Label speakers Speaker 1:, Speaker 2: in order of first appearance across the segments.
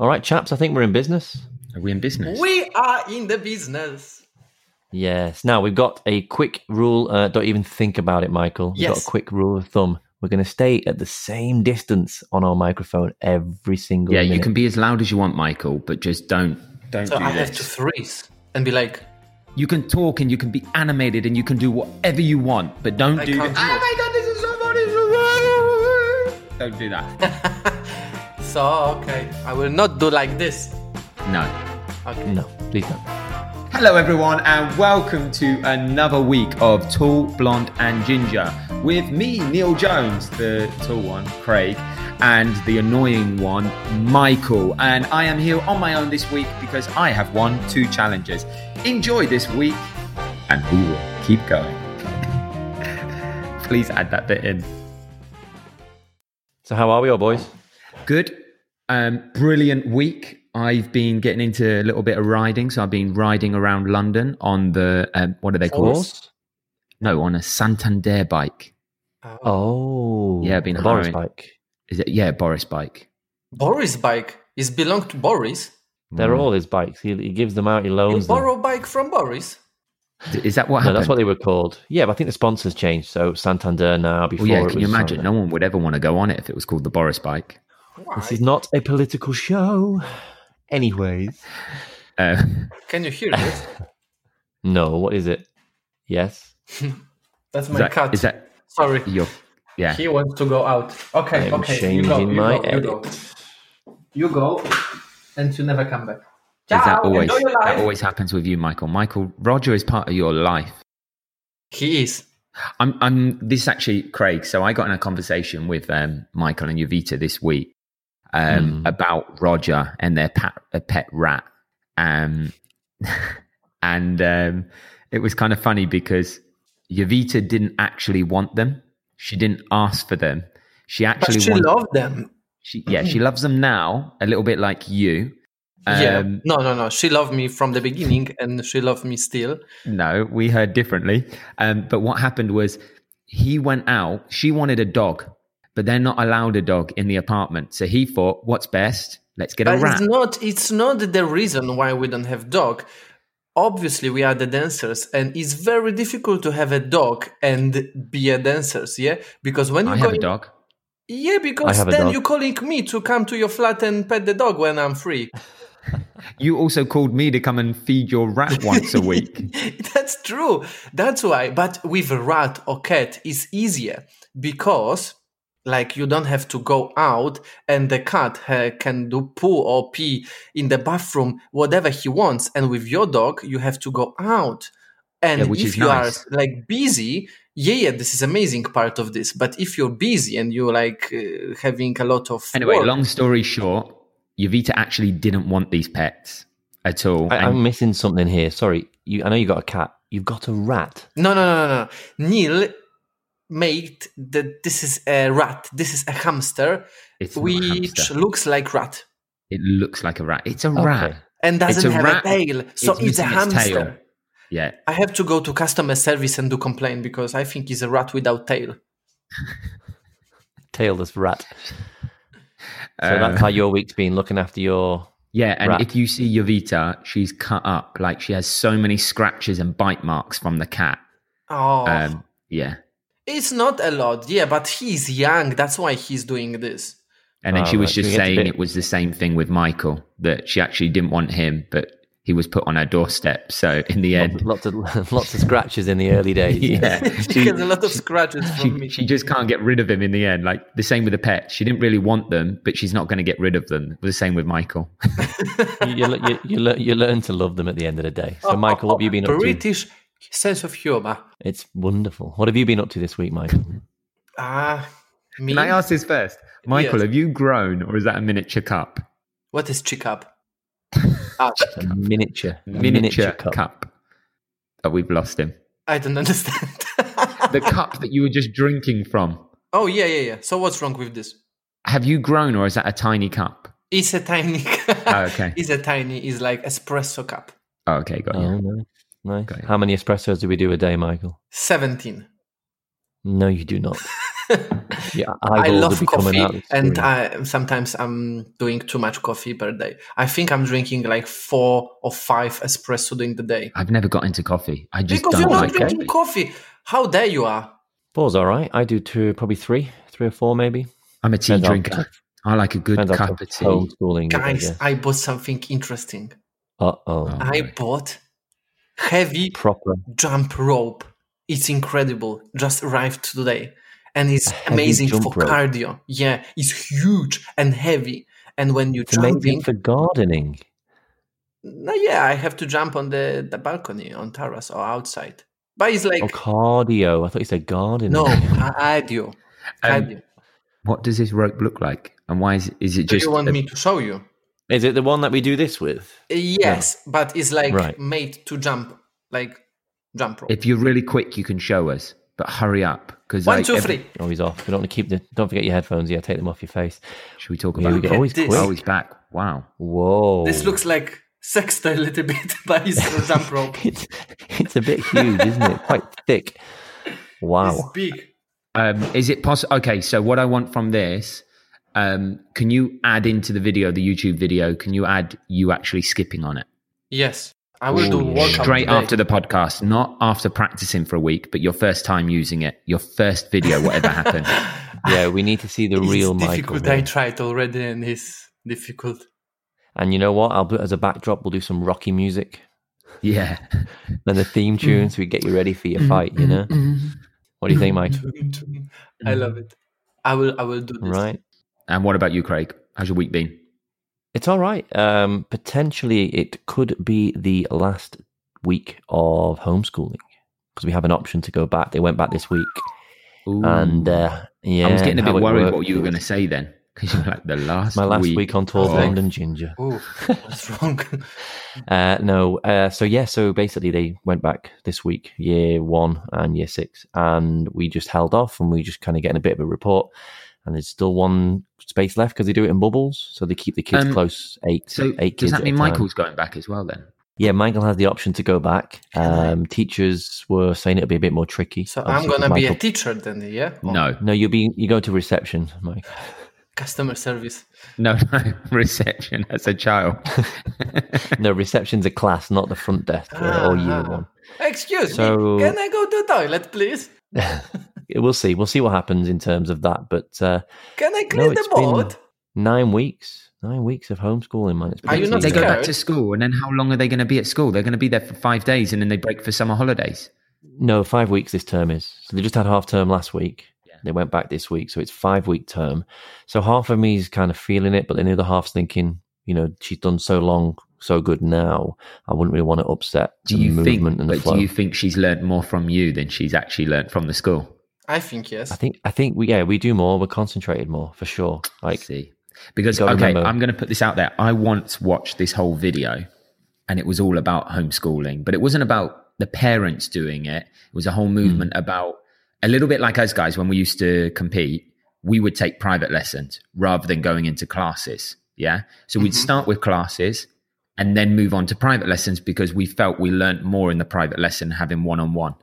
Speaker 1: All right, chaps, I think we're in business.
Speaker 2: Are we in business?
Speaker 3: We are in the business.
Speaker 1: Yes. Now we've got a quick rule. Uh, don't even think about it, Michael. We've got
Speaker 3: Yes.
Speaker 1: a quick rule of thumb. We're going to stay at the same distance on our microphone every single.
Speaker 2: yeah, you
Speaker 1: minute.
Speaker 2: can be as loud as you want, Michael, but just don't don't
Speaker 3: So
Speaker 2: do
Speaker 3: I
Speaker 2: this.
Speaker 3: have to freeze and be like,
Speaker 2: You can talk and you can be animated and you can do whatever you want, but don't
Speaker 3: I
Speaker 2: do
Speaker 3: can't
Speaker 2: that.
Speaker 3: do
Speaker 2: Oh my
Speaker 3: it.
Speaker 2: god, this is so funny! Don't do that.
Speaker 3: so okay, I will not do like this.
Speaker 2: No.
Speaker 3: Okay.
Speaker 1: No, please don't.
Speaker 2: Hello, everyone, and welcome to another week of Tall, Blonde, and Ginger with me, Neil Jones, the tall one, Craig, and the annoying one, Michael. And I am here on my own this week because I have won two challenges. Enjoy this week, and we will keep going. Please add that bit in.
Speaker 1: So how are we, all boys?
Speaker 2: Good. Um, brilliant week. I've been getting into a little bit of riding. So I've been riding around London on the, um, what are they called?
Speaker 1: Horse?
Speaker 2: No, on a Santander bike.
Speaker 3: Oh.
Speaker 1: Oh,
Speaker 2: Yeah, been
Speaker 1: a Boris
Speaker 2: hiring.
Speaker 1: bike.
Speaker 2: Is it? Yeah, Boris bike.
Speaker 3: Boris bike is belong to Boris.
Speaker 1: They're all his bikes. He, he gives them out. He
Speaker 3: You
Speaker 1: loans them.
Speaker 3: borrow bike from Boris.
Speaker 2: Is that what
Speaker 1: No,
Speaker 2: happened?
Speaker 1: that's what they were called. Yeah, but I think the sponsors changed. So Santander now. Before
Speaker 2: well, Oh, yeah,
Speaker 1: it
Speaker 2: can
Speaker 1: was
Speaker 2: you imagine?
Speaker 1: Santander.
Speaker 2: No one would ever want to go on it if it was called the Boris bike.
Speaker 3: Why?
Speaker 1: This is not a political show. Anyways,
Speaker 2: Uh,
Speaker 3: Can you hear it?
Speaker 1: no. What is it? Yes.
Speaker 3: That's
Speaker 2: is,
Speaker 3: my
Speaker 2: that,
Speaker 3: cat.
Speaker 2: is that
Speaker 3: Sorry.
Speaker 2: your. Yeah.
Speaker 3: He wants to go out. Okay,
Speaker 1: I'm
Speaker 3: okay. You
Speaker 1: changing
Speaker 3: go, you
Speaker 1: my
Speaker 3: go, you go. You go, and you never come back. Ciao.
Speaker 2: Is that always
Speaker 3: Enjoy your
Speaker 2: that
Speaker 3: life.
Speaker 2: always happens with you, Michael? Michael, Roger is part of your life.
Speaker 3: He is.
Speaker 2: I'm, I'm this is actually Craig. So I got in a conversation with um, Michael and Yovita this week um,
Speaker 3: Hmm.
Speaker 2: about Roger and their pet, a pet rat. Um, and um, it was kind of funny because Yovita didn't actually want them. She didn't ask for them. She
Speaker 3: But
Speaker 2: actually
Speaker 3: she
Speaker 2: wanted,
Speaker 3: loved them.
Speaker 2: she, yeah, she loves them now a little bit like you. Um,
Speaker 3: yeah. No, no, no. She loved me from the beginning, and she loved me still.
Speaker 2: No, we heard differently. Um, but what happened was he went out, she wanted a dog, but they're not allowed a dog in the apartment. So he thought, what's best? Let's get
Speaker 3: But
Speaker 2: a rat.
Speaker 3: it's not. It's not the reason why we don't have dog. Obviously, we are the dancers, and it's very difficult to have a dog and be a dancers. Yeah, because when you
Speaker 2: I
Speaker 3: go
Speaker 2: have a
Speaker 3: in-
Speaker 2: dog.
Speaker 3: yeah, because
Speaker 1: have a
Speaker 3: then
Speaker 1: dog.
Speaker 3: you calling me to come to your flat and pet the dog when I'm free.
Speaker 2: You also called me to come and feed your rat once a week.
Speaker 3: That's true. That's why. But with a rat or cat, it's easier because, like, you don't have to go out, and the cat uh, can do poo or pee in the bathroom, whatever he wants. And with your dog, you have to go out. And
Speaker 2: Yeah, which
Speaker 3: if
Speaker 2: is
Speaker 3: you
Speaker 2: nice.
Speaker 3: are like busy, yeah, yeah, this is amazing part of this. But if you're busy and you're like uh, having a lot of
Speaker 2: Anyway,
Speaker 3: work,
Speaker 2: long story short, Yovita actually didn't want these pets at all.
Speaker 1: I,
Speaker 2: And
Speaker 1: I'm missing something here. Sorry. You, I know you got a cat. You've got a rat.
Speaker 3: No, no, no, no, no. Neil made that this is a rat. This is a hamster,
Speaker 2: it's not a
Speaker 3: which
Speaker 2: hamster.
Speaker 3: looks like rat
Speaker 2: it looks like a rat. It's a
Speaker 1: Okay.
Speaker 2: rat.
Speaker 3: and doesn't
Speaker 2: a
Speaker 3: have
Speaker 2: rat.
Speaker 3: a tail. So it's, a
Speaker 2: missing its
Speaker 3: hamster.
Speaker 2: tail. Yeah.
Speaker 3: I have to go to customer service and do complaint because I think it's a rat without tail.
Speaker 1: Tailless rat. So
Speaker 2: Um,
Speaker 1: that's how your week's been looking after your.
Speaker 2: Yeah, and
Speaker 1: Right.
Speaker 2: if you see Yovita, she's cut up. Like she has so many scratches and bite marks from the cat.
Speaker 3: Oh,
Speaker 2: Um, yeah.
Speaker 3: it's not a lot, yeah, but he's young. That's why he's doing this.
Speaker 2: And then
Speaker 1: Oh,
Speaker 2: she was
Speaker 1: right.
Speaker 2: just
Speaker 1: So it gets a
Speaker 2: saying
Speaker 1: bit-
Speaker 2: it was the same thing with Michael, that she actually didn't want him, but he was put on her doorstep. So in the end,
Speaker 1: Lots of lots of scratches in the early days.
Speaker 2: yeah,
Speaker 3: She,
Speaker 2: she,
Speaker 3: has a lot of scratches from
Speaker 2: she,
Speaker 3: me.
Speaker 2: she just can't get rid of him in the end. Like the same with the pets. She didn't really want them, but she's not going to get rid of them. The same with Michael.
Speaker 1: you, you, le- you, you, learn, you learn to love them at the end of the day. So, Michael, what have you been up to?
Speaker 3: Oh, British sense of humor.
Speaker 1: It's wonderful. What have you been up to this week, Michael?
Speaker 3: Ah, me.
Speaker 2: Can I ask this first? Michael,
Speaker 3: Yes.
Speaker 2: have you grown or is that a miniature cup?
Speaker 3: What is chick up? Ah,
Speaker 1: A miniature, a
Speaker 2: Miniature, cup. Oh, we've lost him.
Speaker 3: I don't understand.
Speaker 2: the cup that you were just drinking from.
Speaker 3: oh yeah, yeah, yeah. So what's wrong with this?
Speaker 2: Have you grown or is that a tiny cup?
Speaker 3: It's a tiny.
Speaker 2: Oh, okay.
Speaker 3: It's a tiny. It's like espresso cup.
Speaker 2: Oh, okay, got
Speaker 1: Oh,
Speaker 2: you.
Speaker 1: nice. nice.
Speaker 2: Got it.
Speaker 1: How many espressos do we do a day, Michael?
Speaker 3: Seventeen.
Speaker 1: No, you do not. Yeah,
Speaker 3: I
Speaker 1: eyeballs will
Speaker 3: love
Speaker 1: be coming
Speaker 3: coffee,
Speaker 1: out of the
Speaker 3: and
Speaker 1: screen.
Speaker 3: I, sometimes I'm doing too much coffee per day. I think I'm drinking like four or five espresso during the day
Speaker 2: I've never got into coffee. I just don't
Speaker 3: because you're not
Speaker 2: like
Speaker 3: drinking
Speaker 2: coffee.
Speaker 3: coffee. How dare you are?
Speaker 1: Four's all right. I do two, probably three, three or four, maybe.
Speaker 2: I'm a tea
Speaker 1: Depends on-
Speaker 2: drinker. I like a good
Speaker 1: Depends
Speaker 2: cup
Speaker 1: on
Speaker 2: of tea.
Speaker 1: homeschooling.
Speaker 3: Guys, I bought something interesting.
Speaker 1: uh
Speaker 2: Oh,
Speaker 1: oh,
Speaker 3: I
Speaker 2: boy.
Speaker 3: bought heavy
Speaker 1: proper
Speaker 3: jump rope. It's incredible. Just arrived today. And it's
Speaker 1: heavy
Speaker 3: amazing
Speaker 1: jump
Speaker 3: for
Speaker 1: rope.
Speaker 3: cardio. Yeah, it's huge and heavy. And when you're
Speaker 1: It's amazing
Speaker 3: jumping,
Speaker 1: for gardening.
Speaker 3: no, yeah, I have to jump on the, the balcony, on terrace or outside. But it's like,
Speaker 1: Or Oh, cardio. I thought you said gardening.
Speaker 3: no, I, I do. I
Speaker 2: Um,
Speaker 3: do.
Speaker 2: what does this rope look like? And why is, is it
Speaker 3: Do
Speaker 2: just
Speaker 3: you want
Speaker 2: a-
Speaker 3: me to show you?
Speaker 1: Is it the one that we do this with?
Speaker 3: Uh, Yes, but it's like
Speaker 1: Right.
Speaker 3: made to jump, like jump rope.
Speaker 2: If you're really quick, you can show us, but hurry up because
Speaker 3: One,
Speaker 2: like,
Speaker 3: two,
Speaker 2: every-
Speaker 3: three.
Speaker 1: Oh, he's off. We don't want to keep the. Don't forget your headphones. Yeah, take them off your face.
Speaker 2: Should we talk
Speaker 1: Here we
Speaker 2: about?
Speaker 1: go.
Speaker 3: Look at
Speaker 1: Oh, he's
Speaker 3: this.
Speaker 1: quick.
Speaker 2: Oh, he's back! Wow.
Speaker 1: Whoa.
Speaker 3: This looks like sexed a little bit by his jump rope.
Speaker 1: It's, it's a bit huge, isn't it? Quite thick.
Speaker 3: It's
Speaker 1: Wow.
Speaker 3: big.
Speaker 2: Um, is it possible? Okay, so what I want from this, um, can you add into the video, the YouTube video? Can you add you actually skipping on it
Speaker 3: Yes, I will do
Speaker 1: Ooh,
Speaker 3: workout
Speaker 2: straight
Speaker 3: today.
Speaker 2: after the podcast, not after practicing for a week, but your first time using it, your first video, whatever happened.
Speaker 1: Yeah, we need to see the
Speaker 3: It's
Speaker 1: real Michael.
Speaker 3: difficult. I
Speaker 1: here.
Speaker 3: tried already, and it's difficult.
Speaker 1: And you know what? I'll put as a backdrop. We'll do some Rocky music,
Speaker 2: Yeah,
Speaker 1: then the theme
Speaker 3: Mm.
Speaker 1: tune, so we get you ready for your fight.
Speaker 2: Mm-hmm.
Speaker 1: You know. What do you think, Mike?
Speaker 3: Mm. Mm-hmm. I love it. I will. I will do this.
Speaker 1: Right.
Speaker 2: And what about you, Craig? How's your week been?
Speaker 1: It's all right. Um, potentially, it could be the last week of homeschooling because we have an option to go back. They went back this week,
Speaker 2: Ooh.
Speaker 1: and uh, yeah,
Speaker 2: I was getting a
Speaker 1: and how
Speaker 2: bit
Speaker 1: it
Speaker 2: worried
Speaker 1: worked
Speaker 2: what you were
Speaker 1: was-
Speaker 2: going to say then, because you were like the last
Speaker 1: My last week, on tour with
Speaker 2: of-
Speaker 1: London Ginger.
Speaker 3: Oh, what's wrong?
Speaker 1: Uh, no, uh, so yeah, so basically they went back this week, year one and year six, and we just held off and we just kind of getting a bit of a report. And there's still one space left because they do it in bubbles, so they keep the kids
Speaker 2: Um,
Speaker 1: close. Eight,
Speaker 2: So
Speaker 1: eight
Speaker 2: does
Speaker 1: kids.
Speaker 2: that
Speaker 1: at
Speaker 2: mean
Speaker 1: a time.
Speaker 2: Michael's going back as well then?
Speaker 1: Yeah, Michael has the option to go back.
Speaker 2: Really?
Speaker 1: Um, teachers were saying it'll be a bit more tricky.
Speaker 3: so I'm
Speaker 1: Obviously, 'cause
Speaker 3: gonna be a
Speaker 1: Michael-
Speaker 3: teacher then, yeah?
Speaker 1: Oh.
Speaker 3: Or
Speaker 2: No,
Speaker 1: no, you'll be you go to reception, Mike.
Speaker 3: Customer service.
Speaker 2: no, no. Reception as a child.
Speaker 1: no, reception's a class, not the front desk or, or year
Speaker 3: Ah.
Speaker 1: one.
Speaker 3: Excuse
Speaker 1: So-
Speaker 3: me. Can I go to toilet, please?
Speaker 1: We'll see. We'll see what happens in terms of that. But uh,
Speaker 3: Can I clean the
Speaker 1: it's been-
Speaker 3: board?
Speaker 1: nine weeks, nine weeks of homeschooling, man. It's
Speaker 3: Are you
Speaker 1: crazy.
Speaker 3: not
Speaker 2: they go
Speaker 3: scared?
Speaker 2: back to school, and then how long are they going to be at school? They're going to be there for five days, and then they break for summer holidays.
Speaker 1: No, five weeks this term is. So they just had half term last week.
Speaker 2: Yeah.
Speaker 1: They went back this week, so it's five week term. So half of me is kind of feeling it, but then the other half's thinking, you know, she's done so long, so good now. I wouldn't really want to upset
Speaker 2: Do
Speaker 1: the
Speaker 2: you
Speaker 1: movement
Speaker 2: think?
Speaker 1: and the
Speaker 2: But
Speaker 1: flow.
Speaker 2: do you think she's learnt more from you than she's actually learnt from the school?
Speaker 3: I think yes.
Speaker 1: I think I think we yeah we do more. We're concentrated more for sure.
Speaker 2: I
Speaker 1: Like
Speaker 2: see. Because
Speaker 1: You
Speaker 2: okay,
Speaker 1: gotta remember-
Speaker 2: I'm going to put this out there. I once watched this whole video, and it was all about homeschooling, but it wasn't about the parents doing it. It was a
Speaker 1: Hmm.
Speaker 2: whole movement about a little bit like us guys when we used to compete. We would take private lessons rather than going into classes. Yeah, so we'd
Speaker 1: Mm-hmm.
Speaker 2: start with classes and then move on to private lessons because we felt we learnt more in the private lesson having one on one.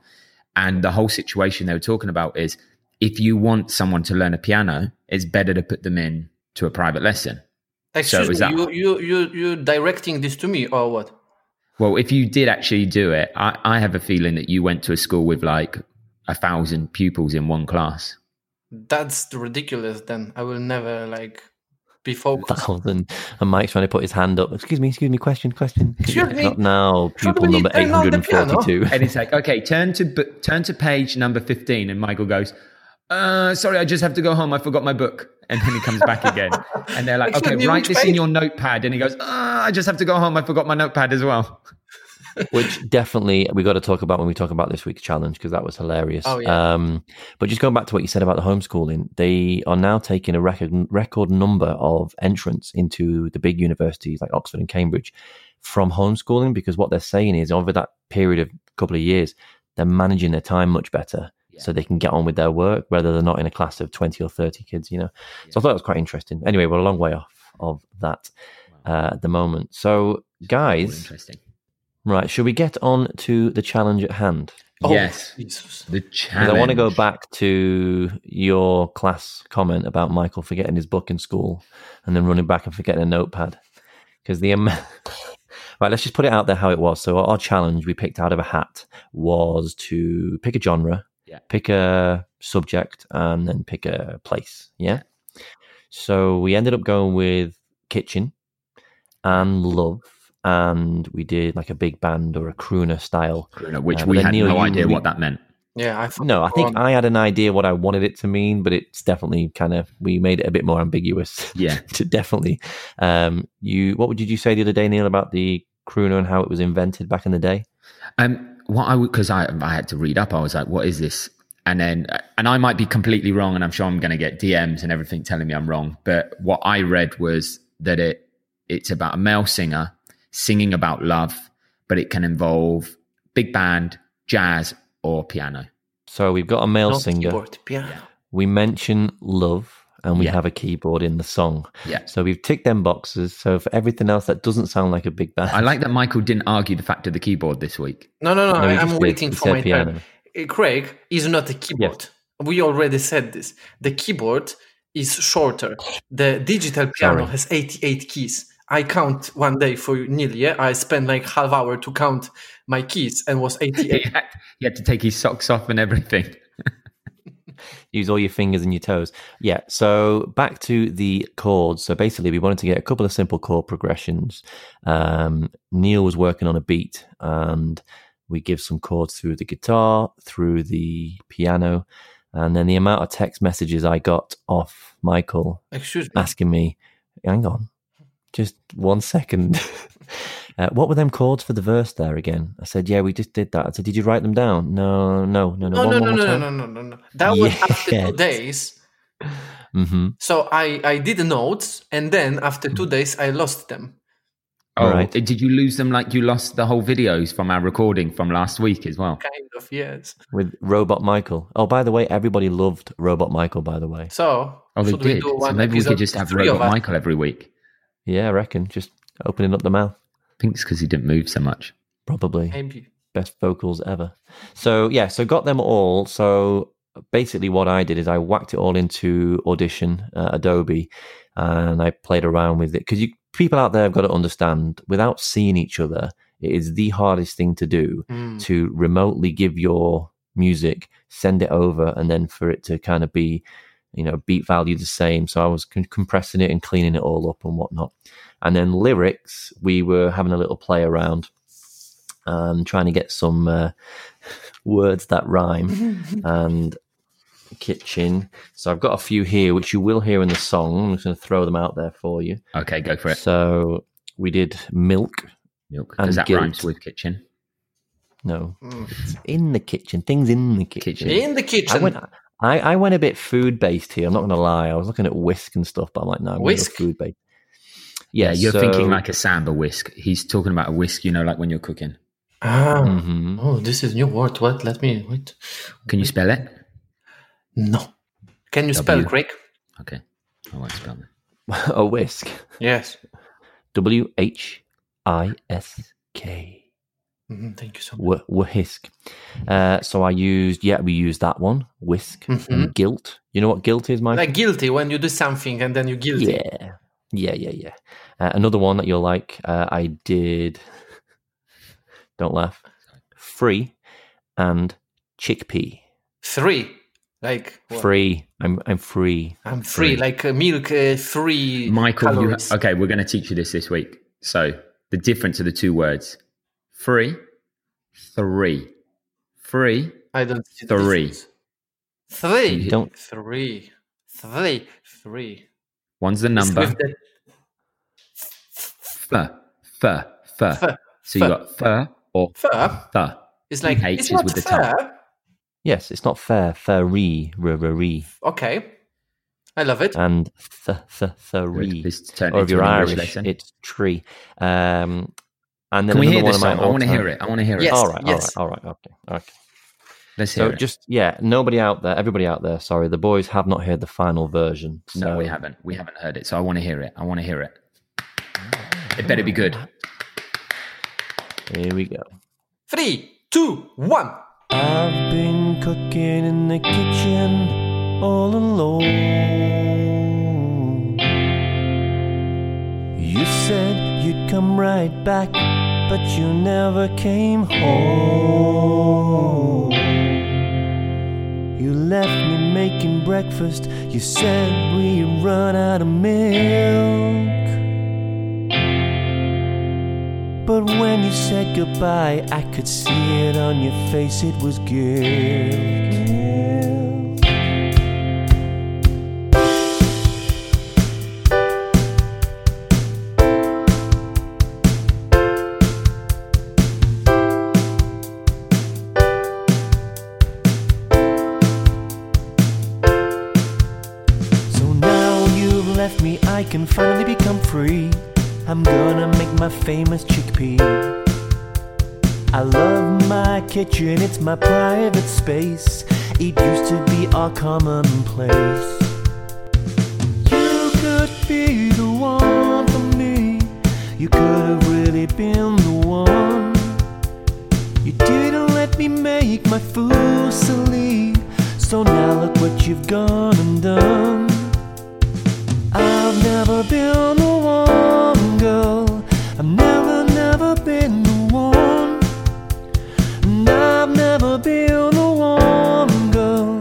Speaker 2: And the whole situation they were talking about is if you want someone to learn a piano, it's better to put them in to a private lesson. is
Speaker 3: Excuse me,
Speaker 2: that-
Speaker 3: you, you, you, you directing this to me or what?
Speaker 2: Well, if you did actually do it, I, I have a feeling that you went to a school with like a thousand pupils in one class.
Speaker 3: That's ridiculous then. I will never like be focused.
Speaker 1: thousand, and Mike's trying to put his hand up. Excuse me, excuse me. Question, question.
Speaker 3: Excuse me.
Speaker 1: Not now.
Speaker 3: Should
Speaker 1: Pupil
Speaker 3: we
Speaker 1: number eight
Speaker 3: turn on
Speaker 1: hundred
Speaker 3: the
Speaker 1: and forty-two.
Speaker 2: And it's like, okay, turn to bu- turn to page number fifteen, and Michael goes, uh, "Sorry, I just have to go home. I forgot my book." And then he comes back again, and they're like,
Speaker 3: Excuse
Speaker 2: "Okay,
Speaker 3: me,
Speaker 2: write
Speaker 3: which
Speaker 2: this in
Speaker 3: page?"
Speaker 2: your notepad." And he goes, uh, "I just have to go home. I forgot my notepad as well."
Speaker 1: which definitely we got to talk about when we talk about this week's challenge because that was hilarious.
Speaker 3: Oh, yeah.
Speaker 1: um, but just going back to what you said about the homeschooling, they are now taking a record record number of entrants into the big universities like Oxford and Cambridge from homeschooling because what they're saying is over that period of couple of years, they're managing their time much better.
Speaker 2: Yeah.
Speaker 1: So they can get on with their work, whether they're not in a class of twenty or thirty kids, you know. So I thought it was quite interesting. Anyway, we're a long way off of that uh, at the moment. So,
Speaker 2: All
Speaker 1: guys,
Speaker 2: interesting.
Speaker 1: Right, should we get on to the challenge at hand?
Speaker 3: Oh,
Speaker 2: yes,
Speaker 3: Jesus.
Speaker 2: the
Speaker 1: 'Cause
Speaker 2: challenge.
Speaker 1: I want to go back to your class comment about Michael forgetting his book in school and then running back and forgetting a notepad. Because the am- right, let's just put it out there how it was. So our challenge we picked out of a hat was to pick a genre,
Speaker 2: Yeah.
Speaker 1: pick a subject, and then pick a place. Yeah. So we ended up going with kitchen and love, and we did like a big band or a crooner style.
Speaker 2: which
Speaker 1: Yeah, but
Speaker 2: we
Speaker 1: then,
Speaker 2: had
Speaker 1: Neil,
Speaker 2: no
Speaker 1: you
Speaker 2: idea
Speaker 1: re-
Speaker 2: what that meant.
Speaker 3: Yeah, I thought
Speaker 1: No, I think
Speaker 3: Go on.
Speaker 1: I had an idea what I wanted it to mean, but it's definitely kind of we made it a bit more ambiguous.
Speaker 2: Yeah.
Speaker 1: to definitely, um, you what did you say the other day, Neil, about the crooner and how it was invented back in the day?
Speaker 2: Um, what I would because I I had to read up. I was like, what is this? And then uh, and I might be completely wrong, and I'm sure I'm going to get DMs and everything telling me I'm wrong. But what I read was that it it's about a male singer singing about love, but it can involve big band, jazz, or piano.
Speaker 1: So we've got a male
Speaker 3: not
Speaker 1: singer.
Speaker 3: keyboard, piano.
Speaker 1: We mention love, and we
Speaker 2: Yeah.
Speaker 1: have a keyboard in the song.
Speaker 2: Yeah.
Speaker 1: So we've ticked them boxes. So for everything else that doesn't sound like a big band,
Speaker 2: I like that Michael didn't argue the fact of the keyboard this week.
Speaker 3: No, no, no.
Speaker 1: No,
Speaker 3: I,
Speaker 1: he just
Speaker 3: I'm
Speaker 1: did.
Speaker 3: waiting
Speaker 1: He
Speaker 3: for
Speaker 1: said
Speaker 3: my
Speaker 1: piano.
Speaker 3: turn. Uh, Craig is not a keyboard. We already said this. The keyboard is shorter. The digital piano
Speaker 1: Sorry.
Speaker 3: has 88 keys. I count one day for you, Neil. Yeah, I spent like half hour to count my keys and was 88.
Speaker 2: He had, he had to take his socks off and everything.
Speaker 1: use all your fingers and your toes. Yeah. So back to the chords. So basically, we wanted to get a couple of simple chord progressions. Um, Neil was working on a beat, and we give some chords through the guitar, through the piano, and then the amount of text messages I got off Michael
Speaker 3: Excuse me.
Speaker 1: asking me, hang on, just one second. uh, what were them chords for the verse there again? I said, yeah, we just did that. I said, did you write them down? No, no, no, no.
Speaker 3: No,
Speaker 1: one,
Speaker 3: Oh, no,
Speaker 1: one more
Speaker 3: no, no,
Speaker 1: time.
Speaker 3: no, no, no, no. That was after two
Speaker 1: Yes.
Speaker 3: days.
Speaker 1: Mm-hmm.
Speaker 3: So I, I did the notes, and then after
Speaker 2: Mm.
Speaker 3: two days, I lost them.
Speaker 2: Oh,
Speaker 1: Right.
Speaker 2: did you lose them like you lost the whole videos from our recording from last week as well?
Speaker 3: Kind of, yes.
Speaker 1: with Robot Michael. Oh, by the way, everybody loved Robot Michael. By the way,
Speaker 3: So,
Speaker 2: Oh, they
Speaker 3: should we
Speaker 2: did.
Speaker 3: do
Speaker 2: So
Speaker 3: one
Speaker 2: maybe we
Speaker 3: episode
Speaker 2: could just
Speaker 3: with
Speaker 2: have
Speaker 3: three of
Speaker 2: Robot
Speaker 3: us?
Speaker 2: Michael every week.
Speaker 1: yeah, I reckon just opening up the mouth,
Speaker 2: I think it's because he didn't move so much.
Speaker 1: probably
Speaker 3: Maybe.
Speaker 1: best vocals ever. So yeah, so got them all. So basically, what I did is I whacked it all into Audition, uh, Adobe, and I played around with it because you people out there have got to understand without seeing each other, it is the hardest thing to do
Speaker 3: Mm.
Speaker 1: to remotely give your music, send it over, and then for it to kind of be, you know, beat value the same. So I was con- compressing it and cleaning it all up and whatnot. And then lyrics, we were having a little play around and trying to get some uh, words that rhyme and kitchen. So I've got a few here, which you will hear in the song. I'm just going to throw them out there for you.
Speaker 2: Okay, go for it.
Speaker 1: So we did milk.
Speaker 2: Milk.
Speaker 1: and
Speaker 2: Because that
Speaker 1: guilt.
Speaker 2: rhymes with kitchen.
Speaker 1: No,
Speaker 3: Mm.
Speaker 1: it's in the kitchen. Things in the kitchen.
Speaker 2: Kitchen.
Speaker 3: In
Speaker 1: I
Speaker 3: the kitchen.
Speaker 1: went. I, I went a bit food based here. I'm not going to lie. I was looking at whisk and stuff, but I'm like, no, I'm
Speaker 3: Whisk?
Speaker 1: food based.
Speaker 2: Yeah, you're
Speaker 1: so-
Speaker 2: thinking like a samba whisk. He's talking about a whisk, you know, like when you're cooking.
Speaker 3: Ah,
Speaker 2: Mm.
Speaker 1: Mhm.
Speaker 3: oh, this is new word. What? Let me wait.
Speaker 2: Can you spell it?
Speaker 3: No. Can you spell
Speaker 2: W.
Speaker 3: Craig?
Speaker 2: Okay. Oh, I won't spell it.
Speaker 1: a whisk.
Speaker 3: Yes.
Speaker 1: W H I S K.
Speaker 3: Mhm, thank you so much.
Speaker 1: Wh- Whisk. Uh, so I used. Yeah, we used that one. Whisk and guilt. You know what guilt is, Mike?
Speaker 3: Like guilty when you do something and then you guilty.
Speaker 1: yeah, yeah, yeah, yeah. Uh, another one that you'll like. Uh, I did. Don't laugh. Free and chickpea.
Speaker 3: Three. Like what?
Speaker 1: Free. I'm I'm free.
Speaker 3: I'm free. Like uh, milk. Uh, three.
Speaker 2: Michael, you
Speaker 3: calories.
Speaker 2: okay, we're going to teach you this this week. So the difference of the two words free, three, free.
Speaker 3: I don't see the
Speaker 2: Three.
Speaker 3: difference. Three.
Speaker 1: You don't-
Speaker 3: Three. Three. Three.
Speaker 2: One's the
Speaker 3: It's
Speaker 2: number.
Speaker 3: with the-
Speaker 2: F, f, f.
Speaker 3: F.
Speaker 2: So you
Speaker 3: F.
Speaker 2: th or
Speaker 3: fur.
Speaker 2: th.
Speaker 3: It's like
Speaker 2: PH
Speaker 3: it's
Speaker 2: is
Speaker 3: not
Speaker 2: with the
Speaker 3: fair.
Speaker 2: tongue.
Speaker 1: Yes, it's not fair. Furry, re,
Speaker 3: Okay. I love it.
Speaker 1: and th, th, three.
Speaker 2: This turned
Speaker 1: Or Oh, if
Speaker 2: into
Speaker 1: you're
Speaker 2: an
Speaker 1: Irish,
Speaker 2: English lesson.
Speaker 1: it's tree. Um, and then
Speaker 2: Can we hear
Speaker 1: another one
Speaker 2: this
Speaker 1: of my
Speaker 2: song? I want to
Speaker 1: all-time-
Speaker 2: hear it. I want to hear it.
Speaker 3: Yes.
Speaker 1: All right,
Speaker 3: yes.
Speaker 1: all right, all right. Okay, okay.
Speaker 2: Let's hear
Speaker 1: So
Speaker 2: it.
Speaker 1: just yeah, nobody out there, everybody out there. Sorry, the boys have not heard the final version. So
Speaker 2: No, we haven't. We haven't heard it. So I want to hear it. I want to hear it. It better be good.
Speaker 1: here we go.
Speaker 3: Three, two, one.
Speaker 1: I've been cooking in the kitchen all alone. You said you'd come right back, but you never came home. You left me making breakfast, you said we run out of milk. But when you said goodbye, I could see it on your face, it was guilt. guilt. So now you've left me, I can finally become free. I'm gonna make my famous chickpea. I love my kitchen, it's my private space. It used to be our commonplace. You could be the one for me. You could have really been the one. You didn't let me make my food silly. So now look what you've gone and done. I've never been the one girl. I've never, never been the one. And I've never been the one girl.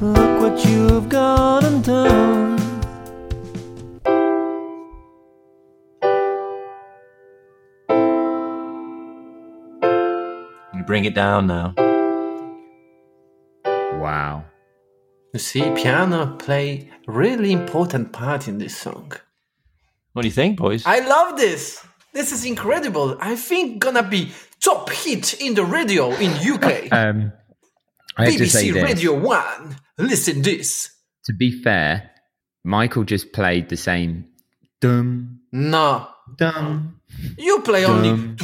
Speaker 1: Look what you've gone and done. You bring it down now.
Speaker 2: Wow.
Speaker 3: You see, piano play really important part in this song.
Speaker 1: What do you think, boys?
Speaker 3: I love this. This is incredible. I think gonna be top hit in the radio in UK.
Speaker 2: Um, I have to say
Speaker 3: BBC
Speaker 2: this.
Speaker 3: Radio 1. Listen this.
Speaker 2: To be fair, Michael just played the same dum
Speaker 3: No.
Speaker 2: dum
Speaker 3: You play only
Speaker 2: Dum,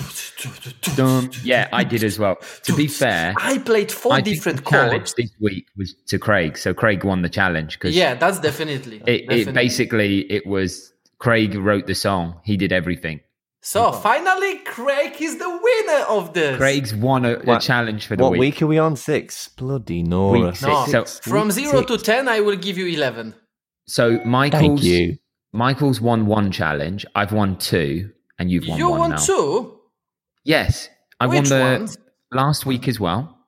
Speaker 2: dum. Yeah, I did as well. To be fair,
Speaker 3: I played four
Speaker 2: I think
Speaker 3: different
Speaker 2: the challenge
Speaker 3: chords.
Speaker 2: this week was to Craig, so Craig won the challenge because
Speaker 3: Yeah, that's definitely.
Speaker 2: it,
Speaker 3: definitely.
Speaker 2: it basically it was Craig wrote the song, he did everything.
Speaker 3: so finally, Craig is the winner of this.
Speaker 2: Craig's won a, a
Speaker 1: What-
Speaker 2: challenge for the
Speaker 1: What
Speaker 2: week.
Speaker 1: week are we on? Six. Bloody Nora.
Speaker 2: Week
Speaker 3: No,
Speaker 2: So-
Speaker 3: from zero to ten, I will give you eleven.
Speaker 2: So
Speaker 1: Thank
Speaker 2: Michael's
Speaker 1: you.
Speaker 2: Michael's won one challenge. I've won two, and you've won
Speaker 3: you
Speaker 2: one
Speaker 3: won
Speaker 2: now.
Speaker 3: two.
Speaker 2: Yes, I won
Speaker 3: Which
Speaker 2: the
Speaker 3: ones?
Speaker 2: last week as well.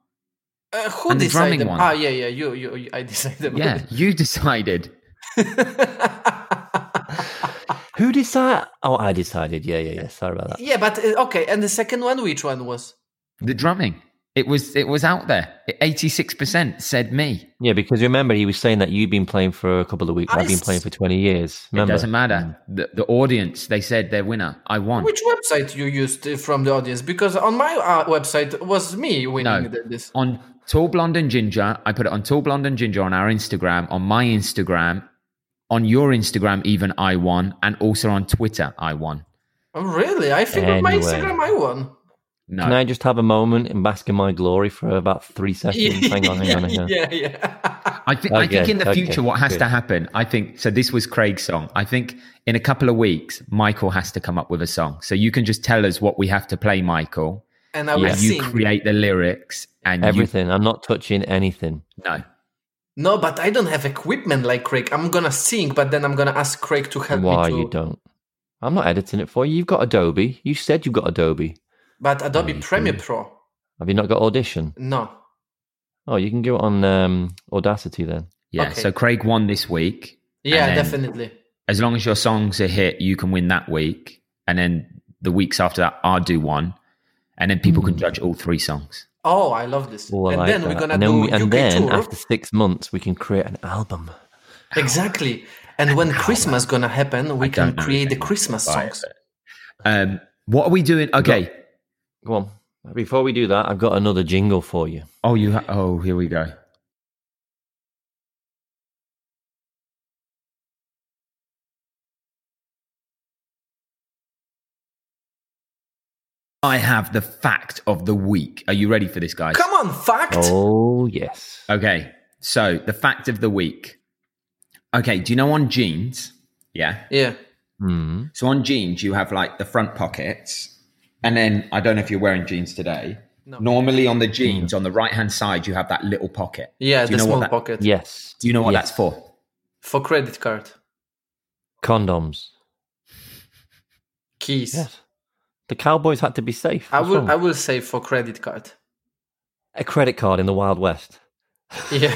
Speaker 3: Uh, who
Speaker 2: And the
Speaker 3: decided?
Speaker 2: drumming one.
Speaker 3: Ah, yeah, yeah. You, you, you- I decided.
Speaker 2: Yeah, you decided.
Speaker 1: Who decided? Oh, I decided. Yeah, yeah, yeah. Sorry about that.
Speaker 3: yeah, but uh, okay. And the second one, which one was?
Speaker 2: The drumming. It was it was out there. Eighty six percent said me.
Speaker 1: Yeah, because remember he was saying that you've been playing for a couple of weeks.
Speaker 3: I
Speaker 1: I've been playing for twenty years. Remember?
Speaker 2: It doesn't matter. The, the audience they said their winner. I won.
Speaker 3: Which website you used uh, from the audience? Because on my uh, website was me winning
Speaker 2: No.
Speaker 3: the, this.
Speaker 2: on Tall Blonde and Ginger. I put it on Tall Blonde and Ginger on our Instagram, on my Instagram, on your Instagram. Even I won, and also on Twitter. I won.
Speaker 3: Oh, really? I think on my
Speaker 1: Anyway.
Speaker 3: Instagram I won.
Speaker 2: No,
Speaker 1: Can I just have a moment and bask in my glory for about three seconds? hang on, hang
Speaker 3: yeah,
Speaker 1: on, hang on.
Speaker 3: yeah, yeah.
Speaker 2: I think I
Speaker 1: Okay,
Speaker 2: think in the
Speaker 1: okay,
Speaker 2: future what has
Speaker 1: good.
Speaker 2: to happen, I think so this was Craig's song. I think in a couple of weeks, Michael has to come up with a song. So you can just tell us what we have to play, Michael.
Speaker 3: And I will
Speaker 2: And you
Speaker 3: sing.
Speaker 2: create the lyrics and
Speaker 1: Everything. I'm not touching anything.
Speaker 2: you no.
Speaker 3: no, but I don't have equipment like Craig. I'm gonna sing, but then I'm gonna ask Craig to help
Speaker 1: Why
Speaker 3: me to.
Speaker 1: you don't? I'm not editing it for you. You've got Adobe. You said you've got Adobe.
Speaker 3: But Adobe
Speaker 1: Oh, you
Speaker 3: Premiere
Speaker 1: do.
Speaker 3: Pro,
Speaker 1: Have you not got Audition?
Speaker 3: no.
Speaker 1: Oh, you can go on um, Audacity then.
Speaker 2: Yeah.
Speaker 3: Okay.
Speaker 2: So Craig won this week.
Speaker 3: Yeah,
Speaker 2: And then-
Speaker 3: definitely.
Speaker 2: As long as your song's a hit, you can win that week. And then the weeks after that, I'll do one. And then people can judge all three songs.
Speaker 3: Oh, I love this.
Speaker 1: Oh, I
Speaker 3: and
Speaker 1: like
Speaker 3: then we're
Speaker 1: that.
Speaker 3: gonna
Speaker 1: and then,
Speaker 3: do
Speaker 1: we- and
Speaker 3: UK
Speaker 1: then
Speaker 3: tour.
Speaker 1: after six months, we can create an album.
Speaker 3: Exactly. And when Christmas gonna happen, we can
Speaker 2: don't know
Speaker 3: create
Speaker 2: if
Speaker 3: the
Speaker 2: anyone
Speaker 3: Christmas
Speaker 2: buy it,
Speaker 3: songs.
Speaker 2: but- Um, what are we doing? Okay.
Speaker 1: Go on. Before we do that, I've got another jingle for you.
Speaker 2: Oh, you. Ha- oh, here we go. I have the fact of the week. Are you ready for this, guys?
Speaker 3: Come on, fact.
Speaker 1: Oh yes.
Speaker 3: Uh,
Speaker 2: Okay. So the fact of the week. Okay. Do you know on jeans? Yeah.
Speaker 3: Yeah.
Speaker 1: Hmm.
Speaker 2: So on jeans, you have like the front pockets, and then I don't know if you're wearing jeans today,
Speaker 3: No.
Speaker 2: Normally on the jeans, on the right hand side, you have that little pocket.
Speaker 3: Yeah,
Speaker 2: Do you
Speaker 3: the
Speaker 2: know
Speaker 3: small
Speaker 2: what that-
Speaker 3: pocket
Speaker 1: Yes.
Speaker 2: Do you know what
Speaker 1: Yes.
Speaker 2: that's for?
Speaker 3: for credit card
Speaker 1: Condoms.
Speaker 3: keys.
Speaker 1: Yes. The Cowboys had to be safe.
Speaker 3: I
Speaker 1: What's
Speaker 3: will.
Speaker 1: wrong?
Speaker 3: I will say for credit card.
Speaker 1: A credit card in the Wild West.
Speaker 3: Yeah.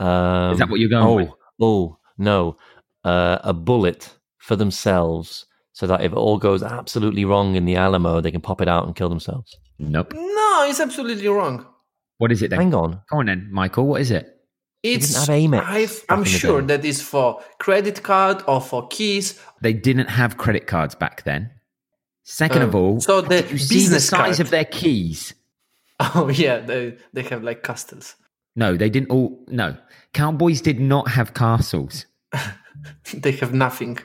Speaker 1: Um,
Speaker 2: Is that what you're going
Speaker 1: oh,
Speaker 2: with?
Speaker 1: Oh, no. Uh, a bullet for themselves so that if it all goes absolutely wrong in the Alamo, they can pop it out and kill themselves.
Speaker 2: Nope.
Speaker 3: no, it's absolutely wrong.
Speaker 2: What is it then?
Speaker 1: Hang on.
Speaker 2: Go on then, Michael. What is it?
Speaker 1: didn't
Speaker 3: It's.
Speaker 1: have Amex
Speaker 3: I've,
Speaker 1: back in
Speaker 3: I'm
Speaker 1: the
Speaker 3: sure
Speaker 1: day.
Speaker 3: that is for credit card or for keys.
Speaker 2: They didn't have credit cards back then. Second
Speaker 3: Um,
Speaker 2: of all,
Speaker 3: so the
Speaker 2: did you see the
Speaker 3: business
Speaker 2: size
Speaker 3: card-
Speaker 2: of their keys.
Speaker 3: Oh yeah, they they have like castles.
Speaker 2: No, they didn't all. No, cowboys did not have castles.
Speaker 3: They have nothing.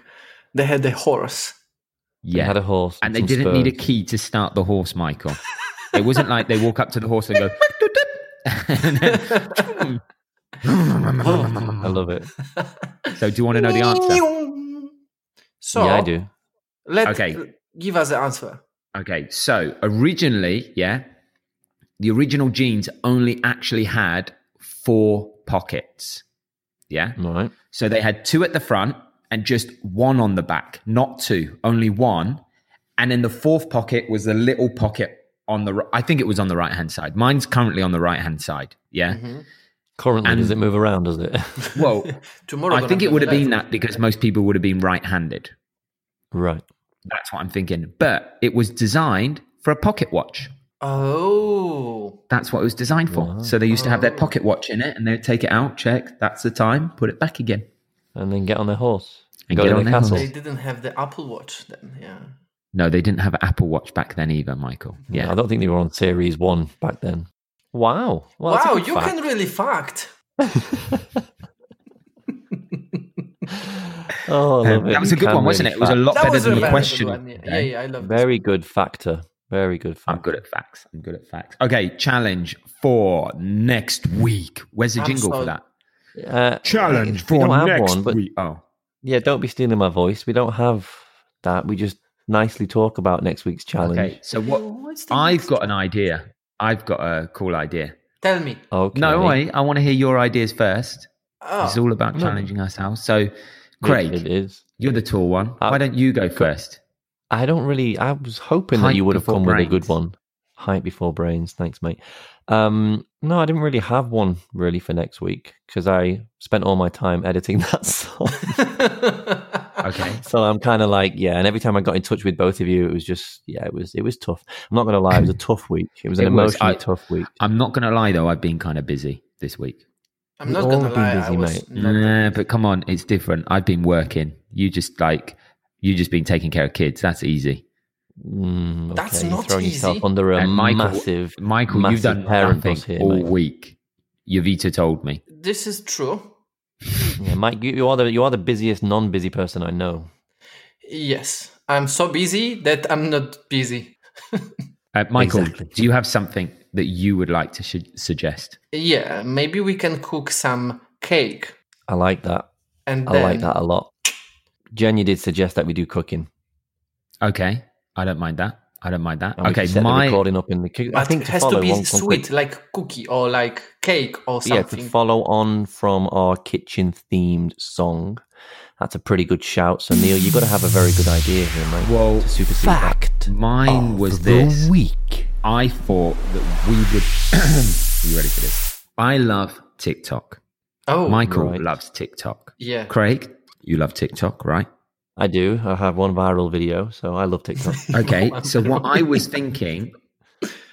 Speaker 3: They had a horse.
Speaker 1: They
Speaker 2: Yeah,
Speaker 1: had a horse.
Speaker 2: and they
Speaker 1: some
Speaker 2: didn't need a
Speaker 1: spurs.
Speaker 2: key to start the horse, Michael. it wasn't like they walk up to the horse and go. and then-
Speaker 1: I love it.
Speaker 2: so, do you want to know the answer? Oh.
Speaker 3: So
Speaker 1: yeah, I do.
Speaker 3: Let
Speaker 2: Okay.
Speaker 3: give us the answer.
Speaker 2: Okay, so originally, yeah, the original jeans only actually had four pockets. Yeah.
Speaker 1: All right.
Speaker 2: So they had two at the front and just one on the back, not two, only one. And then the fourth pocket was the little pocket on the, ri- I think it was on the right hand side. Mine's currently on the right hand side. Yeah.
Speaker 1: Currently, does it move around, does it?
Speaker 2: Well,
Speaker 3: Tomorrow
Speaker 2: I
Speaker 3: gonna
Speaker 2: think
Speaker 3: be
Speaker 2: it would have
Speaker 3: left.
Speaker 2: been that because most people would have been right handed.
Speaker 1: right.
Speaker 2: That's what I'm thinking. But it was designed for a pocket watch.
Speaker 3: Oh,
Speaker 2: That's what it was designed for. So they used to have their pocket watch in it and they'd take it out, check, that's the time, put it back again.
Speaker 1: And then get on their horse.
Speaker 2: And
Speaker 1: go
Speaker 2: get
Speaker 1: to
Speaker 2: on
Speaker 1: the
Speaker 2: their
Speaker 1: castle.
Speaker 3: they didn't have the Apple Watch then. Yeah.
Speaker 2: No, they didn't have an Apple Watch back then either, Michael. Yeah.
Speaker 1: I don't think they were on series one back then. Wow. Well, that's a
Speaker 3: wow,
Speaker 1: good
Speaker 3: you
Speaker 1: fact.
Speaker 3: can really fact.
Speaker 1: Oh, I love it.
Speaker 2: Um, That was
Speaker 1: You
Speaker 2: a good
Speaker 1: can
Speaker 2: one, wasn't
Speaker 1: really
Speaker 2: it? It was a
Speaker 1: fact.
Speaker 2: lot
Speaker 3: That
Speaker 2: better
Speaker 3: was a
Speaker 2: than
Speaker 3: very
Speaker 2: the
Speaker 3: good
Speaker 2: question.
Speaker 3: one. Yeah, yeah,
Speaker 2: today.
Speaker 3: yeah, I love it.
Speaker 1: Very good factor. Very good
Speaker 2: I'm
Speaker 1: factor.
Speaker 2: good at facts. I'm good at facts. Okay, challenge for next week. Where's the
Speaker 3: I'm
Speaker 2: jingle
Speaker 3: so-
Speaker 2: for that?
Speaker 1: Uh,
Speaker 2: Challenge
Speaker 1: we don't have one, but-
Speaker 2: Oh,
Speaker 1: yeah, don't be stealing my voice. We don't have that. We just nicely talk about next week's challenge.
Speaker 2: okay. So what? I've got an idea. I've got a cool idea.
Speaker 3: Tell me.
Speaker 1: Okay.
Speaker 2: No, I I want to hear your ideas first. It's
Speaker 3: Oh,
Speaker 2: all about
Speaker 1: Hmm.
Speaker 2: challenging ourselves. So, Craig,
Speaker 1: It- it is.
Speaker 2: you're the tall one. Why don't you go first?
Speaker 1: I don't really. I was hoping that
Speaker 2: Hype
Speaker 1: you would have
Speaker 2: before
Speaker 1: come with a good
Speaker 2: brains.
Speaker 1: one. Hype before brains. Thanks, mate. Um, no, I didn't really have one really for next week because I spent all my time editing that song.
Speaker 2: Okay.
Speaker 1: so I'm kind of like, yeah. And every time I got in touch with both of you, it was just, yeah, it was, it was tough. I'm not gonna lie, it was a tough week. It was an
Speaker 2: It was.
Speaker 1: emotionally
Speaker 2: I-
Speaker 1: tough week.
Speaker 2: I'm not gonna lie though. I've been kind of busy this week.
Speaker 3: I'm not
Speaker 1: all
Speaker 3: gonna
Speaker 1: been
Speaker 3: lie. I
Speaker 1: busy,
Speaker 3: was
Speaker 1: mate.
Speaker 3: not-
Speaker 2: Nah, but come on, it's different. I've been working. You just like you just been taking care of kids. That's easy.
Speaker 1: Mm, okay.
Speaker 3: That's
Speaker 1: You're
Speaker 3: not
Speaker 1: throwing yourself
Speaker 3: easy.
Speaker 1: under a
Speaker 2: And Michael-
Speaker 1: massive,
Speaker 2: Michael,
Speaker 1: massive
Speaker 2: you've done
Speaker 1: parent
Speaker 2: nothing
Speaker 1: bus here,
Speaker 2: all
Speaker 1: mate.
Speaker 2: week. Yovita told me.
Speaker 3: This is true.
Speaker 1: Yeah, Mike, you, you are the you are the busiest non-busy person I know.
Speaker 3: Yes, I'm so busy that I'm not busy.
Speaker 2: Uh, Michael,
Speaker 1: Exactly.
Speaker 2: do you have something that you would like to sh- suggest?
Speaker 3: Yeah, maybe we can cook some cake
Speaker 1: I like that.
Speaker 3: and
Speaker 1: I
Speaker 3: then
Speaker 1: like that a lot. Jenny did suggest that we do cooking.
Speaker 2: Okay, I don't mind that. I don't mind that.
Speaker 1: And we
Speaker 2: okay,
Speaker 1: can set the
Speaker 2: my
Speaker 1: recording up in the. ki-
Speaker 3: But
Speaker 1: I think
Speaker 3: it
Speaker 1: to
Speaker 3: has
Speaker 1: follow
Speaker 3: to be
Speaker 1: one, one quick-
Speaker 3: sweet, like cookie or like cake or
Speaker 1: yeah,
Speaker 3: something.
Speaker 1: to follow on from our kitchen themed song. That's a pretty good shout. So Neil, you got to have a very good idea here, mate.
Speaker 2: well,
Speaker 1: to supersede that.
Speaker 2: mine was this week. I thought that we would. Are you ready for this? I love TikTok.
Speaker 3: oh,
Speaker 2: Michael
Speaker 1: right.
Speaker 2: loves TikTok.
Speaker 3: yeah.
Speaker 2: Craig, you love TikTok, right?
Speaker 1: I do. I have one viral video, so I love TikTok.
Speaker 2: Okay. so what I was thinking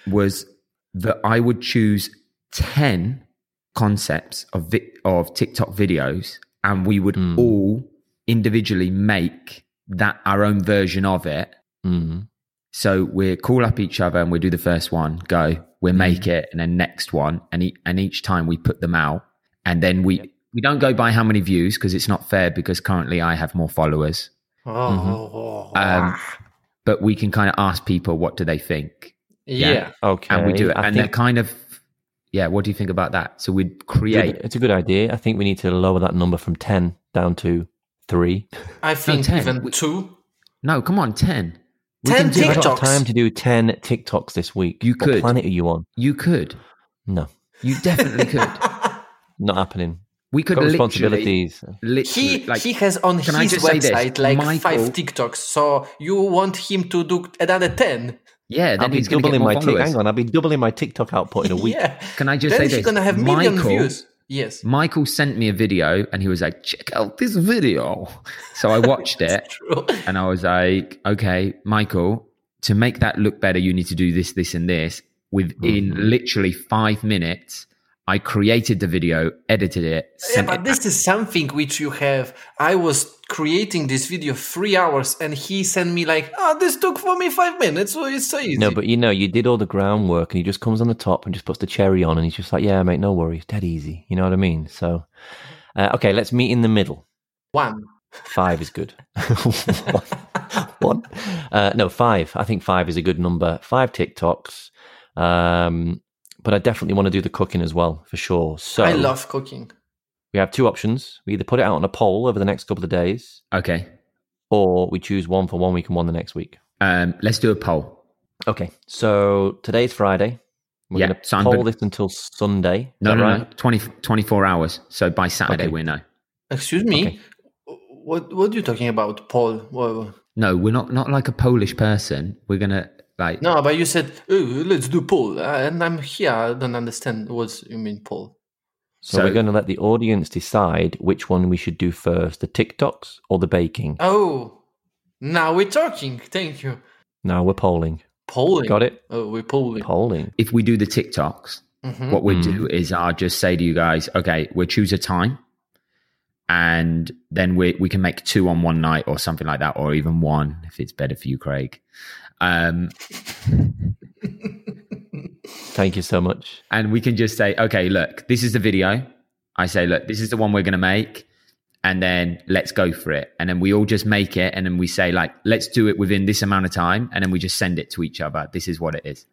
Speaker 2: was that I would choose 10 concepts of vi- of TikTok videos and we would
Speaker 3: Hmm.
Speaker 1: Mm.
Speaker 2: all individually make that our own version of it.
Speaker 1: Mm.
Speaker 2: So we call up each other and we do the first one, go, we
Speaker 1: Mm-hmm.
Speaker 2: make it and then next one and e- and each time we put them out and then we we don't go by how many views because it's not fair because currently I have more followers
Speaker 3: Oh,
Speaker 1: Mm-hmm.
Speaker 2: Um, but we can kind of ask people what do they think
Speaker 3: yeah.
Speaker 1: Okay,
Speaker 2: and we do it
Speaker 1: I
Speaker 2: and
Speaker 1: think
Speaker 2: that kind of yeah what do you think about that so we'd create
Speaker 1: it's a good idea. I think we need to lower that number from ten down to three.
Speaker 3: I think
Speaker 2: ten.
Speaker 3: even
Speaker 2: We-
Speaker 3: two.
Speaker 2: no come on 10
Speaker 1: We
Speaker 3: Ten
Speaker 1: can do- I've got
Speaker 3: TikToks.
Speaker 1: time to do 10 TikToks this week.
Speaker 2: You
Speaker 1: What
Speaker 2: could.
Speaker 1: planet are you on?
Speaker 2: You could.
Speaker 1: No,
Speaker 2: You definitely could.
Speaker 1: not happening.
Speaker 2: We could
Speaker 1: got
Speaker 2: literally,
Speaker 1: responsibilities.
Speaker 2: literally,
Speaker 3: He
Speaker 2: like,
Speaker 3: he has on
Speaker 2: can I
Speaker 3: his
Speaker 2: just say this?
Speaker 3: website like
Speaker 2: Michael-
Speaker 3: five TikToks. So you want him to do another ten?
Speaker 2: yeah, then
Speaker 1: I'll be
Speaker 2: he's gonna get
Speaker 1: doubling my
Speaker 2: more
Speaker 1: tick.
Speaker 2: followers.
Speaker 1: Hang on, I'll be doubling my TikTok output in a week.
Speaker 3: Yeah.
Speaker 2: Can I just
Speaker 3: then
Speaker 2: say
Speaker 3: he's
Speaker 2: this?
Speaker 3: gonna have million
Speaker 2: Michael-
Speaker 3: views. Yes.
Speaker 2: Michael sent me a video and he was like, check out this video. So I watched it
Speaker 3: True.
Speaker 2: and I was like, okay, Michael, to make that look better, you need to do this, this, and this. Within literally five minutes, I created the video, edited it,
Speaker 3: Yeah,
Speaker 2: sent
Speaker 3: but
Speaker 2: it
Speaker 3: this is something which you have. I was creating this video three hours, and he sent me like, "Oh, this took for me five minutes. So it's so easy."
Speaker 1: No, but you know, you did all the groundwork and he just comes on the top and just puts the cherry on and he's just like, yeah, mate, no worries. Dead easy. You know what I mean? So, uh, okay, let's meet in the middle.
Speaker 3: one.
Speaker 1: Five is good. One. Uh, no, five. I think five is a good number. Five TikToks. Um, but I definitely want to do the cooking as well, for sure. So
Speaker 3: I love cooking.
Speaker 1: we have two options. We either put it out on a poll over the next couple of days
Speaker 2: out. Okay.
Speaker 1: or we choose one for one week and one the next week.
Speaker 2: Um, let's do a poll.
Speaker 1: Okay, so today's Friday. We're
Speaker 2: Yeah,
Speaker 1: going to
Speaker 2: so I'm
Speaker 1: poll
Speaker 2: gonna-
Speaker 1: this until Sunday.
Speaker 2: No,
Speaker 1: Is
Speaker 2: no,
Speaker 1: that
Speaker 2: no. 20, 24 hours. So by Saturday,
Speaker 1: Okay.
Speaker 2: we know.
Speaker 3: Excuse me.
Speaker 1: Okay.
Speaker 3: What What are you talking about, Paul? Whoa.
Speaker 2: No, we're not, not like a Polish person. We're going to, like,
Speaker 3: No, but you said, oh, "Let's do Paul," uh, and I'm here. I don't understand what you mean, Paul.
Speaker 1: So,
Speaker 2: So-
Speaker 1: we're going to let the audience decide which one we should do first: the TikToks or the baking.
Speaker 3: Oh, now we're talking. Thank you.
Speaker 1: Now we're polling.
Speaker 3: Polling.
Speaker 1: Got it?
Speaker 3: Oh, we're polling.
Speaker 1: Polling.
Speaker 2: if we do the TikToks,
Speaker 3: Mhm.
Speaker 2: what we
Speaker 1: Mhm.
Speaker 2: do is I'll just say to you guys, okay, we'll choose a time and then we we can make two on one night or something like that, or even one if it's better for you, Craig. Um,
Speaker 1: Thank you so much.
Speaker 2: and we can just say, okay, look, this is the video. I say, look, this is the one we're gonna make, and then let's go for it. And then we all just make it, and then we say, like, let's do it within this amount of time, and then we just send it to each other. This is what it is.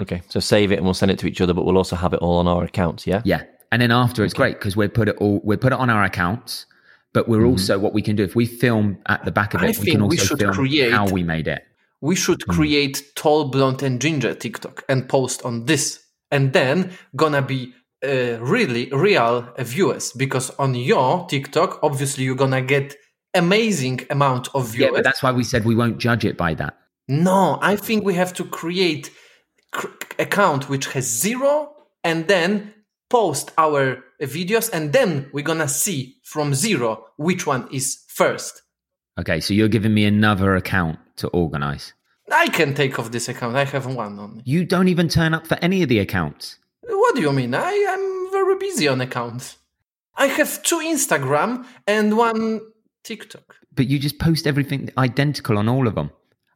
Speaker 1: Okay, so save it and we'll send it to each other, but we'll also have it all on our accounts. Yeah.
Speaker 2: Yeah. And then after it's great because we put it all we put it on our accounts, but
Speaker 1: Mm-hmm.
Speaker 2: we're also what we can do if we film at the back of it,
Speaker 3: I
Speaker 2: we can
Speaker 3: think we
Speaker 2: also
Speaker 3: should
Speaker 2: film
Speaker 3: create-
Speaker 2: how we made it.
Speaker 3: we should create tall blonde and ginger tiktok and post on this and then gonna be uh, really real uh, viewers because on your tiktok obviously you're gonna get amazing amount of
Speaker 2: Yeah,
Speaker 3: viewers
Speaker 2: but that's why we said we won't judge it by that.
Speaker 3: no i think we have to create cr- account which has zero and then post our uh, videos and then we're gonna see from zero which one is first
Speaker 2: Okay, so you're giving me another account to organize.
Speaker 3: i can take off this account i have one only
Speaker 2: You don't even turn up for any of the accounts.
Speaker 3: What do you mean? I am very busy on accounts. I have two Instagram and one TikTok.
Speaker 2: But you just post everything identical on all of them.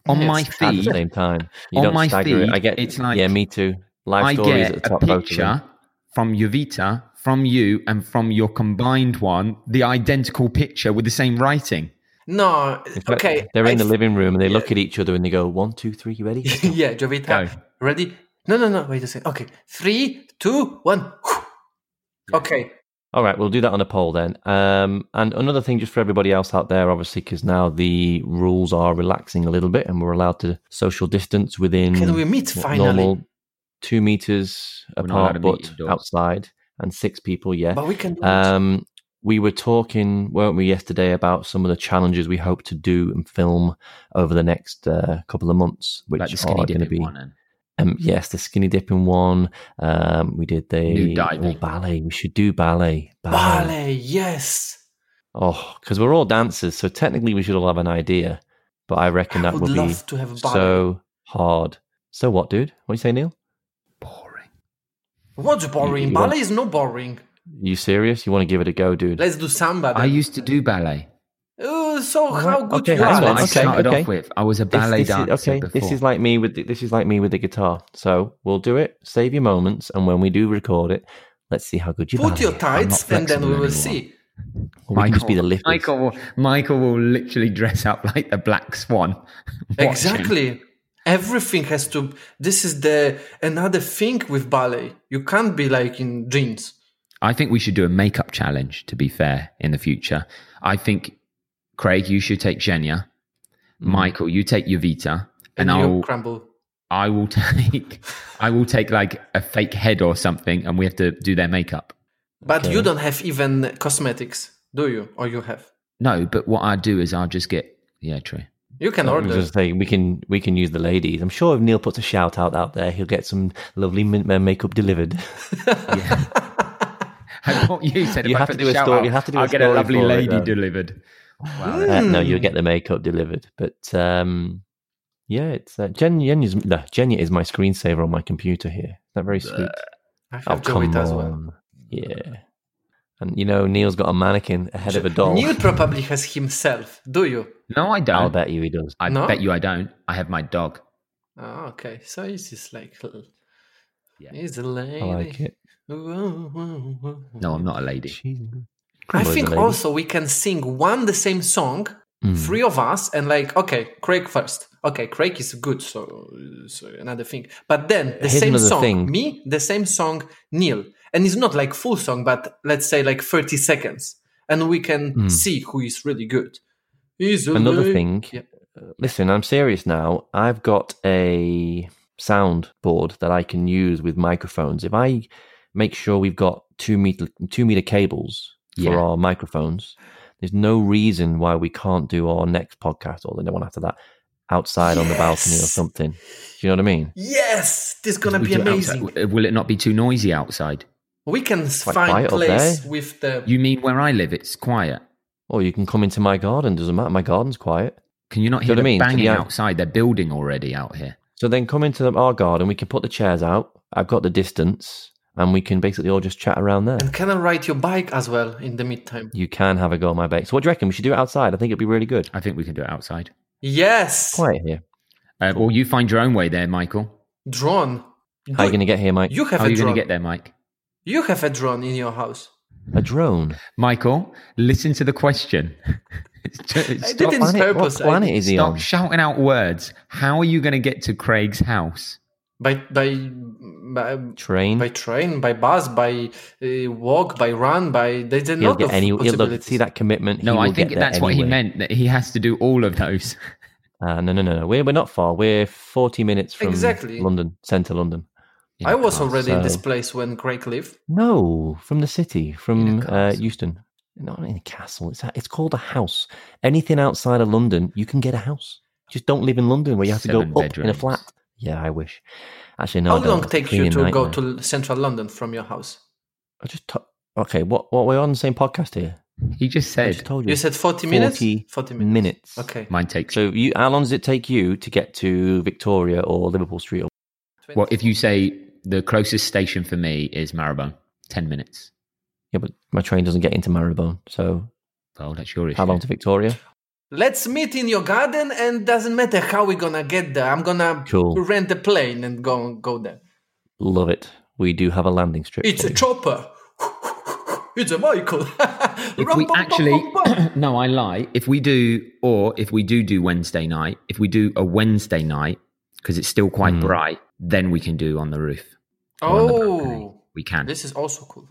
Speaker 2: On
Speaker 3: Yes.
Speaker 2: my
Speaker 1: At the
Speaker 2: feed,
Speaker 1: same time, you
Speaker 2: On
Speaker 1: don't
Speaker 2: my
Speaker 1: stagger it.
Speaker 2: feed,
Speaker 1: I get.
Speaker 2: it's like-
Speaker 1: yeah, me too. Live
Speaker 2: I
Speaker 1: stories at
Speaker 2: get
Speaker 1: the
Speaker 2: a
Speaker 1: top. both of them.
Speaker 2: picture from Yovita, from you, and from your combined one, the identical picture with the same writing.
Speaker 3: No,
Speaker 1: But
Speaker 3: okay.
Speaker 1: They're in the
Speaker 3: I-
Speaker 1: living room and they look at each other and they go, one, two, three. You ready?
Speaker 3: yeah, Jovita.
Speaker 2: Go.
Speaker 3: Ready? No, no, no. Wait a second. Okay. Three, two, one. Okay.
Speaker 1: All right, we'll do that on a poll then. Um, and another thing, just for everybody else out there, obviously, because now the rules are relaxing a little bit, and we're allowed to social distance within.
Speaker 3: Can we meet
Speaker 1: what,
Speaker 3: finally?
Speaker 1: Mm, Normal two meters
Speaker 2: We're not allowed to
Speaker 1: apart,
Speaker 2: meet
Speaker 1: but
Speaker 2: indoors.
Speaker 1: outside, and six people. Yeah.
Speaker 3: But we can do it.
Speaker 1: Um, we were talking, weren't we, yesterday about some of the challenges we hope to do and film over the next uh, couple of months, which
Speaker 2: like the
Speaker 1: are
Speaker 2: skinny
Speaker 1: going to
Speaker 2: dipping
Speaker 1: be
Speaker 2: one. And
Speaker 1: um, yes, the skinny dipping one. Um, we did the
Speaker 2: Do diving.
Speaker 1: oh, ballet. We should do ballet.
Speaker 3: Ballet, yes.
Speaker 1: Oh, because we're all dancers, so technically we should all have an idea. But I reckon
Speaker 3: I
Speaker 1: that
Speaker 3: would
Speaker 1: will be
Speaker 3: love to have ballet.
Speaker 1: so hard. So what, dude? What do you say, Neil?
Speaker 2: boring.
Speaker 3: What's boring?
Speaker 1: you
Speaker 3: ballet
Speaker 1: want-
Speaker 3: is not boring.
Speaker 1: You serious? You want to give it a go, dude?
Speaker 3: Let's do samba.
Speaker 2: I
Speaker 3: then.
Speaker 2: used to do ballet.
Speaker 3: Oh, so how good
Speaker 1: okay,
Speaker 3: you
Speaker 1: hang
Speaker 2: That's
Speaker 1: on,
Speaker 2: what I
Speaker 3: are.
Speaker 1: okay,
Speaker 2: started
Speaker 1: okay.
Speaker 2: off with. I was a
Speaker 1: This-
Speaker 2: ballet
Speaker 1: this is-
Speaker 2: dancer
Speaker 1: okay,
Speaker 2: before.
Speaker 1: this is like me with the, this is like me with the guitar. So we'll do it. Save your moments, and when we do record it, let's see how good you
Speaker 3: Put
Speaker 1: ballet
Speaker 3: your
Speaker 1: is.
Speaker 3: tights
Speaker 2: not
Speaker 3: and then we
Speaker 2: flexible
Speaker 3: will
Speaker 2: anymore.
Speaker 3: see.
Speaker 1: Or we can just be the lifters.
Speaker 2: Michael will, Michael will literally dress up like the Black Swan. watching.
Speaker 3: Exactly. Everything has to. This is the another thing with ballet. You can't be like in jeans.
Speaker 2: I think we should do a makeup challenge. To be fair, in the future,
Speaker 1: Mm-hmm.
Speaker 2: I think Craig, you should take Xenia. Michael, you take Yovita, And
Speaker 3: and, you
Speaker 2: I'll-
Speaker 3: crumble.
Speaker 2: I will take I will take like a fake head or something, and we have to do their makeup.
Speaker 3: But you
Speaker 1: Okay.
Speaker 3: don't have even cosmetics, do you? Or you have?
Speaker 2: No, but what I do is I'll just get yeah, true.
Speaker 3: You can
Speaker 1: I was
Speaker 3: order.
Speaker 1: just saying we can we can use the ladies. I'm sure if Neil puts a shout out out there, he'll get some lovely mint men makeup delivered.
Speaker 2: And what you said,
Speaker 1: You
Speaker 2: if I
Speaker 1: have to
Speaker 2: put
Speaker 1: do
Speaker 2: the
Speaker 1: a
Speaker 2: shout
Speaker 1: story-
Speaker 2: out,
Speaker 1: you have to do a
Speaker 2: I'll get a
Speaker 1: story
Speaker 2: lovely
Speaker 1: for it, um,
Speaker 2: lady
Speaker 1: then.
Speaker 2: delivered. Wow,
Speaker 1: Uh,
Speaker 3: Hmm.
Speaker 1: no, you'll get the makeup delivered. But um, yeah, it's uh, Jen. Jen is, no, Jenya is my screensaver on my computer here. Is that very sweet?
Speaker 3: I have
Speaker 1: Oh
Speaker 3: Joey
Speaker 1: come
Speaker 3: as Uh, well.
Speaker 1: on, yeah. And you know, Neil's got a mannequin ahead of a doll.
Speaker 3: Neil probably has himself. Do you?
Speaker 2: no, I
Speaker 1: I'll
Speaker 2: don't.
Speaker 1: bet you he does.
Speaker 2: I
Speaker 3: No?
Speaker 2: bet you I don't. I have my dog.
Speaker 3: Oh, okay. So it's just like.
Speaker 2: Yeah.
Speaker 3: He's a lady.
Speaker 1: I like it.
Speaker 3: Woo, woo, woo.
Speaker 2: No, I'm not a lady.
Speaker 1: She's-
Speaker 3: I
Speaker 1: Come on,
Speaker 3: think
Speaker 1: lady.
Speaker 3: also we can sing one the same song,
Speaker 1: Mm.
Speaker 3: three of us, and like okay, Craig first. Okay, Craig is good, so so another thing. But then the
Speaker 1: Here's
Speaker 3: same
Speaker 1: another
Speaker 3: song,
Speaker 1: thing.
Speaker 3: me, the same song, Neil, and it's not like full song, but let's say like thirty seconds, and we can
Speaker 1: Mm.
Speaker 3: see who is really good. He's a
Speaker 1: Another
Speaker 3: lady.
Speaker 1: thing.
Speaker 3: Yeah.
Speaker 1: uh, Listen, I'm serious now. I've got a sound board that I can use with microphones. If I make sure we've got two meter two meter cables
Speaker 2: Yeah.
Speaker 1: for our microphones, there's no reason why we can't do our next podcast or the one after that outside on the balcony or
Speaker 3: Yes.
Speaker 1: something. Do you know what I mean?
Speaker 3: Yes, this is gonna
Speaker 2: We
Speaker 3: be
Speaker 2: do it
Speaker 3: amazing.
Speaker 2: outside. uh, Will it not be too noisy outside?
Speaker 3: We can
Speaker 1: Quite
Speaker 3: find
Speaker 1: quiet up
Speaker 3: place
Speaker 1: there.
Speaker 3: with the
Speaker 2: You mean where I live? It's quiet.
Speaker 1: Or you can come into my garden. Doesn't matter. My garden's quiet.
Speaker 2: Can you not hear
Speaker 1: what I
Speaker 2: them
Speaker 1: mean? So
Speaker 2: banging
Speaker 1: yeah.
Speaker 2: outside? They're building already out here.
Speaker 1: So then come into the- our garden. We can put the chairs out. I've got the distance, and we can basically all just chat around there.
Speaker 3: and can I ride your bike as well in the meantime?
Speaker 1: You can have a go on my bake. So what do you reckon? We should do it outside. I think it'd be really good.
Speaker 2: I think we can do it outside.
Speaker 3: Yes,
Speaker 1: Quiet here.
Speaker 2: Uh, well, you find your own way there, Michael.
Speaker 3: drone.
Speaker 1: How are you going to get here, Mike?
Speaker 3: You have
Speaker 2: How
Speaker 3: a
Speaker 2: are you going
Speaker 3: drone.
Speaker 2: to get there, Mike?
Speaker 3: You have a drone in your house.
Speaker 1: A drone.
Speaker 2: Michael, listen to the question.
Speaker 3: I
Speaker 2: stop,
Speaker 3: didn't
Speaker 1: Planet- what
Speaker 3: purpose. eh? I
Speaker 1: planet
Speaker 3: did-
Speaker 1: is he
Speaker 2: stop
Speaker 1: on?
Speaker 2: shouting out words. How are you going to get to Craig's house?
Speaker 3: by by by,
Speaker 1: Train.
Speaker 3: by train, by bus, by uh, walk, by run, by there's a
Speaker 1: He'll
Speaker 3: lot
Speaker 1: get
Speaker 3: of
Speaker 1: any. He'll look,
Speaker 3: possibilities.
Speaker 1: see that commitment.
Speaker 2: No,
Speaker 1: he
Speaker 2: I
Speaker 1: will
Speaker 2: think
Speaker 1: get there
Speaker 2: that's what he
Speaker 1: anyway.
Speaker 2: meant. That he has to do all of those.
Speaker 1: Uh, no, no, no, no. We're, we're not far. We're forty minutes from
Speaker 3: Exactly.
Speaker 1: London, centre London.
Speaker 3: I was already in this
Speaker 1: so-
Speaker 3: place when Craig lived.
Speaker 1: No, from the city, from
Speaker 2: In a
Speaker 1: uh,
Speaker 2: castle.
Speaker 1: Euston. Not in a castle. It's it's called a house. Anything outside of London, you can get a house. Just don't live in London where you have to
Speaker 2: Seven
Speaker 1: go up in a
Speaker 2: bedrooms.
Speaker 1: flat. Yeah, I wish. Actually, no. I
Speaker 3: How
Speaker 1: don't.
Speaker 3: long
Speaker 1: It's a
Speaker 3: take
Speaker 1: cleaning
Speaker 3: you to go
Speaker 1: nightmare.
Speaker 3: to central London from your house?
Speaker 1: I just t- okay. What what we're on the same podcast here?
Speaker 2: He just
Speaker 1: I
Speaker 2: said
Speaker 1: just told you.
Speaker 3: You said 40 minutes?
Speaker 1: 40
Speaker 3: 40 minutes.
Speaker 1: minutes.
Speaker 3: Okay.
Speaker 2: mine takes.
Speaker 1: So you, how long does it take you to get to Victoria or Liverpool Street? Or,
Speaker 2: well, if you say the closest station for me is Marylebone, ten minutes.
Speaker 1: yeah, but my train doesn't get into Marylebone. So
Speaker 2: Well, that's your issue.
Speaker 1: how long to Victoria?
Speaker 3: Let's meet in your garden and doesn't matter how we're going to get there. I'm going to
Speaker 1: Cool.
Speaker 3: rent a plane and go go there.
Speaker 1: Love it. We do have a landing strip.
Speaker 3: It's
Speaker 1: for
Speaker 3: a
Speaker 1: you.
Speaker 3: chopper. It's a Michael.
Speaker 2: If we actually, no, I lie. If we do, or if we do do Wednesday night, if we do a Wednesday night because it's still quite
Speaker 1: Mm.
Speaker 2: bright, then we can do on the roof. or on the balcony.
Speaker 3: Oh,
Speaker 2: we can
Speaker 3: this is also cool.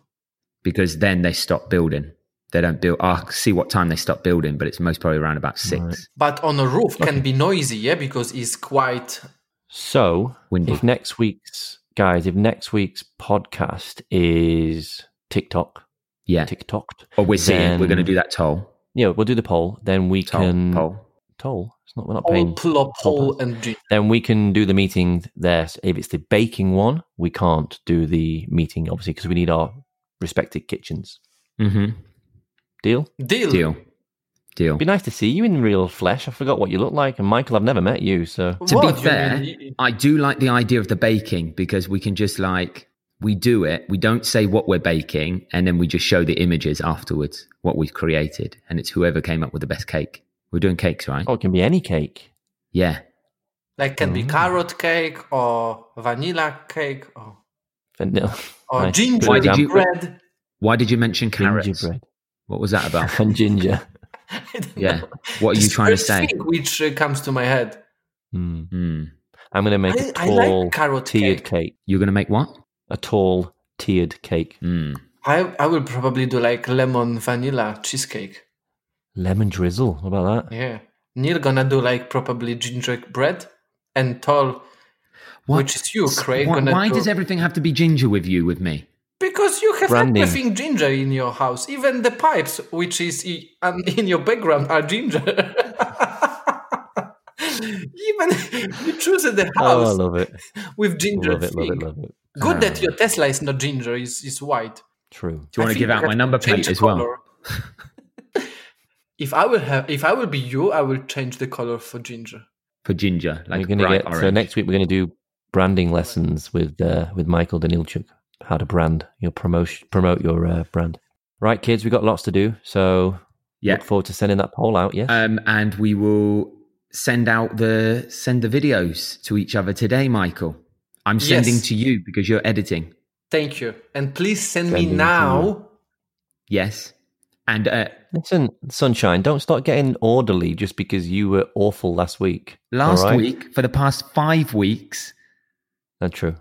Speaker 2: because then they stop building. They don't build. I see what time they stop building, but it's most probably around about six.
Speaker 1: Right.
Speaker 3: But on a roof can be noisy, yeah, because it's quite.
Speaker 1: So
Speaker 2: Windy.
Speaker 1: if next week's guys, if next week's podcast is TikTok,
Speaker 2: Yeah.
Speaker 1: TikToked,
Speaker 2: Or Oh, we're seeing. We're
Speaker 1: Then-
Speaker 2: going to do that toll.
Speaker 1: yeah, we'll do the poll. Then we
Speaker 2: Toll.
Speaker 1: can
Speaker 2: poll.
Speaker 1: toll. It's not we're not
Speaker 3: All
Speaker 1: paying.
Speaker 3: plop
Speaker 1: Toll
Speaker 3: hole and gin.
Speaker 1: then we can do the meeting there. So if it's the baking one, we can't do the meeting, obviously, because we need our respected kitchens.
Speaker 2: hmm
Speaker 1: Deal?
Speaker 3: Deal.
Speaker 2: Deal. Deal.
Speaker 1: Be nice to see you in real flesh. I forgot what you look like. And Michael, I've never met you, so
Speaker 2: to
Speaker 3: What?
Speaker 2: be
Speaker 3: You
Speaker 2: fair,
Speaker 3: mean-
Speaker 2: I do like the idea of the baking because we can just like we do it. We don't say what we're baking, and then we just show the images afterwards what we've created, and it's whoever came up with the best cake. We're doing cakes, right?
Speaker 1: oh, it can be any cake.
Speaker 2: Yeah,
Speaker 3: like can be
Speaker 2: Mm-hmm.
Speaker 1: Mm.
Speaker 3: carrot cake or vanilla cake or,
Speaker 1: And no,
Speaker 3: or
Speaker 1: nice.
Speaker 3: ginger
Speaker 2: Why did you-
Speaker 3: bread.
Speaker 2: Why did you mention carrots?
Speaker 1: gingerbread
Speaker 2: What was that about?
Speaker 1: and ginger.
Speaker 3: I don't
Speaker 2: yeah.
Speaker 3: know.
Speaker 2: What are
Speaker 3: This
Speaker 2: you trying to
Speaker 3: first
Speaker 2: say?
Speaker 3: Thing which uh, comes to my head.
Speaker 1: Hmm.
Speaker 2: Hmm.
Speaker 1: I'm going to make a
Speaker 3: I, I
Speaker 1: tall
Speaker 3: like carrot
Speaker 1: tiered
Speaker 3: cake.
Speaker 1: cake.
Speaker 2: You're going to make what?
Speaker 1: A tall tiered cake.
Speaker 2: Hmm.
Speaker 3: I, I will probably do like lemon vanilla cheesecake.
Speaker 1: Lemon drizzle. How about that?
Speaker 3: Yeah. Neil gonna do like probably gingerbread and tall,
Speaker 2: What-
Speaker 3: which is you, Craig.
Speaker 2: Why,
Speaker 3: gonna
Speaker 2: why
Speaker 3: do-
Speaker 2: does everything have to be ginger with you, with me?
Speaker 3: Because you have
Speaker 1: Branding.
Speaker 3: everything ginger in your house, even the pipes, which is i- um, in your background, are ginger. even you choose the
Speaker 1: Oh, I
Speaker 3: house
Speaker 1: love it.
Speaker 3: with ginger.
Speaker 1: Love it, love
Speaker 3: thing.
Speaker 1: it, love it. Ah.
Speaker 3: Good that your Tesla is not ginger; is is white.
Speaker 1: True.
Speaker 2: Do you want to give out my number plate as well?
Speaker 3: if I will have, if I will be you, I will change the color for ginger.
Speaker 2: For ginger, like
Speaker 1: we're gonna
Speaker 2: bright
Speaker 1: get
Speaker 2: orange.
Speaker 1: so next week we're gonna do branding lessons with uh, with Michael Danilchuk. How to brand your promotion, promote your uh, brand. Right, kids, we got lots to do. So
Speaker 2: Yeah.
Speaker 1: look forward to sending that poll out. Yes,
Speaker 2: um, and we will send out the send the videos to each other today, Michael. I'm
Speaker 3: Yes.
Speaker 2: sending to you because you're editing.
Speaker 3: Thank you, and please send
Speaker 1: Send
Speaker 3: me
Speaker 1: it to
Speaker 3: now.
Speaker 2: Yes, and uh,
Speaker 1: listen, sunshine, don't start getting orderly just because you were awful last week.
Speaker 2: last
Speaker 1: all right?
Speaker 2: week for the past five weeks,
Speaker 1: that's true.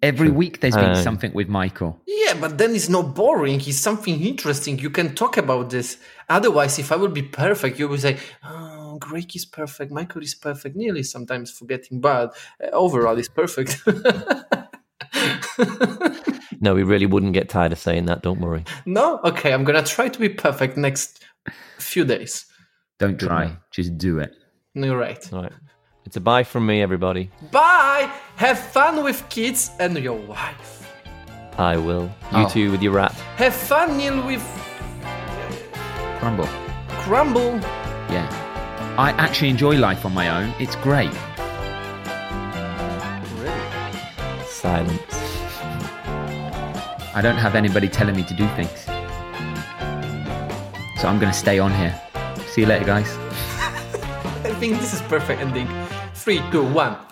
Speaker 2: every week there's been
Speaker 1: Um,
Speaker 2: something with Michael.
Speaker 3: Yeah, but then it's not boring. It's something interesting. You can talk about this. Otherwise, if I will be perfect, you will say, "Oh, Greg is perfect. Michael is perfect. Nearly sometimes forgetting, but uh, overall is perfect."
Speaker 1: No, we really wouldn't get tired of saying that. Don't worry.
Speaker 3: no, okay. I'm gonna try to be perfect next few days.
Speaker 2: Don't try, just do it.
Speaker 3: You're right.
Speaker 1: All right, it's a bye from me, everybody.
Speaker 3: Bye. Have fun with kids and your wife.
Speaker 1: I will. You
Speaker 2: Oh.
Speaker 1: too with your rat.
Speaker 3: Have fun, Neil, with
Speaker 2: Crumble.
Speaker 3: Crumble.
Speaker 2: Yeah, I actually enjoy life on my own. It's great.
Speaker 1: Silence.
Speaker 2: I don't have anybody telling me to do things, so I'm going to stay on here. See you later, guys.
Speaker 3: I think this is perfect ending. Three, two, one.